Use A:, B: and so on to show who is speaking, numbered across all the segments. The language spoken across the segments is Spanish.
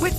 A: With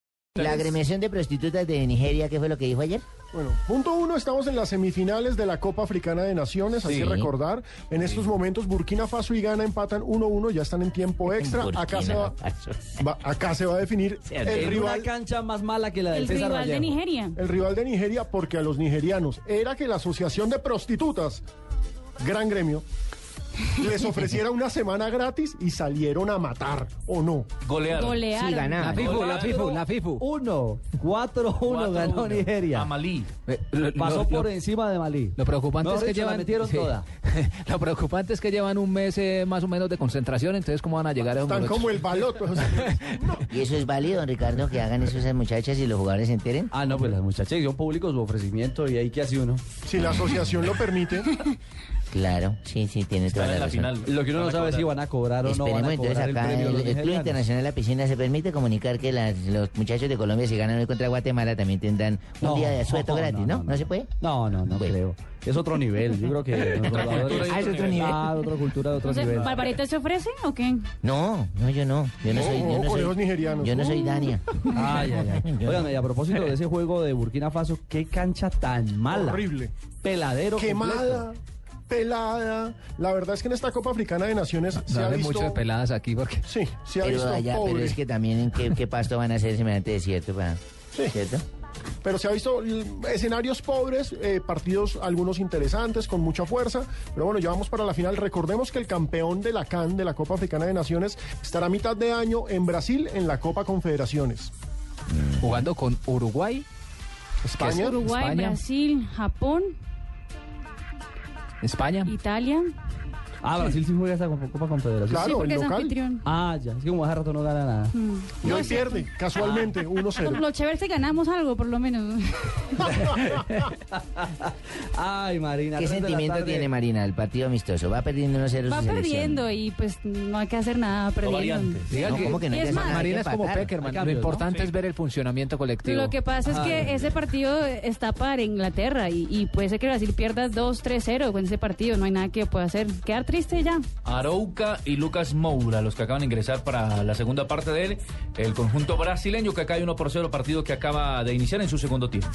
B: La agremiación de prostitutas de Nigeria, ¿qué fue lo que dijo ayer?
C: Bueno, punto uno, estamos en las semifinales de la Copa Africana de Naciones, hay que recordar. En estos momentos Burkina Faso y Ghana empatan 1-1, ya están en tiempo extra.
B: Burkina
C: Acá se va,
B: Faso.
C: va- acá se va a definir el rival,
D: cancha más mala que la
E: El rival de Nigeria.
C: el rival de Nigeria, porque a los nigerianos era que la Asociación de Prostitutas, gran gremio, les ofreciera una semana gratis y salieron a matar, ¿o no?
F: Golear.
E: Golearon.
B: Sí, ganar.
D: FIFU, la FIFU, la FIFU.
G: Uno, 4-1 ganó Nigeria.
F: A Malí.
G: Eh, Pasó por encima de Malí.
D: Lo preocupante
G: Mejor
D: es que
G: dicho,
D: llevan
G: la metieron
D: sí.
G: toda.
D: Lo preocupante es que llevan un mes eh, más o menos de concentración, entonces cómo van a llegar a un
C: Están
D: morocho?
C: como el baloto.
B: ¿Y eso es válido, don Ricardo, que hagan eso esas muchachas y los jugadores se enteren?
G: Ah, no, pues las muchachas hicieron público su ofrecimiento y ahí que hace uno.
C: Si la asociación lo permite.
B: Claro, sí, sí, tiene toda
F: Están
B: la,
F: en la
B: razón.
F: final.
G: Lo que uno no sabe es si van a cobrar o no van
B: Esperemos
G: a
B: entonces
G: cobrar el
B: acá
G: premio.
B: el,
G: los
B: el Club
G: nigerianos.
B: Internacional de la Piscina se permite comunicar que las- los muchachos de Colombia si ganan hoy contra Guatemala también tendrán un
G: No,
B: día de asueto gratis, ¿no? ¿no? se puede?
G: No, no, no
B: Bueno.
G: creo. Es otro nivel. Yo creo que los jugadores-
B: Ah, es otro nivel.
G: Claro, otra cultura de otro
E: Entonces,
G: nivel.
E: ¿Barbarita se ofrece o qué?
B: No, no, yo no. Yo no
C: No,
B: soy, yo
C: ojo
B: no
C: con
B: soy,
C: esos nigerianos.
B: Yo no soy Dania.
G: Ay, ay, ay. Oigan, y a propósito de ese juego de Burkina Faso, qué cancha tan mala.
C: Horrible.
G: Peladero.
C: quemada,
G: completo.
C: pelada. La verdad es que en esta Copa Africana de Naciones
D: No
C: se ha
D: hablen
C: visto.
D: mucho de peladas aquí porque
C: Sí, se ha
B: Pero
C: visto
B: allá,
C: pobre.
B: pero es que también en qué, qué pasto van a hacer semejante desierto para... ¿Cierto?
C: Pero se ha visto mm, escenarios pobres, eh, partidos algunos interesantes, con mucha fuerza. Pero bueno, ya vamos para la final. Recordemos que el campeón de la CAN, de la Copa Africana de Naciones, estará a mitad de año en Brasil en la Copa Confederaciones.
D: jugando con Uruguay,
C: España,
E: Uruguay,
D: España.
E: Brasil, Japón,
D: España.
E: Italia.
G: Ah, Brasil sí juega esa Copa Confederación.
E: sí,
C: claro,
E: porque
C: el
E: es
C: local.
E: anfitrión.
G: Ah, ya. Es que como hace rato no gana nada.
C: Y hoy pierde,
E: Ah.
C: casualmente,
E: Con
C: 1-0.
E: Lo chévere es que ganamos algo, por lo menos.
G: Ay, Marina.
B: ¿Qué
G: tres de la
B: sentimiento
G: tarde.
B: tiene Marina? El partido amistoso. Va perdiendo 1-0
E: Va
B: su selección.
E: perdiendo y pues no hay que hacer nada
F: O
E: perdiendo.
F: variantes.
D: Diga
B: No,
D: que
B: ¿cómo que no?
E: Y
B: hay
E: es
B: que
E: más,
B: hacer nada? Hay
D: Marina
B: que
D: es como
B: empatar.
D: Peckerman.
G: Hay cambios,
D: lo importante
F: ¿no?
D: es ver el funcionamiento colectivo.
E: Lo que pasa es que ese partido está para Inglaterra y, y puede ser que Brasil pierda 2-3-0 con ese partido. No hay nada que pueda hacer. Quedar triste ya.
F: Arauca y Lucas Moura, los que acaban de ingresar para la segunda parte de él, el conjunto brasileño que acá hay uno por cero partido que acaba de iniciar en su segundo tiempo.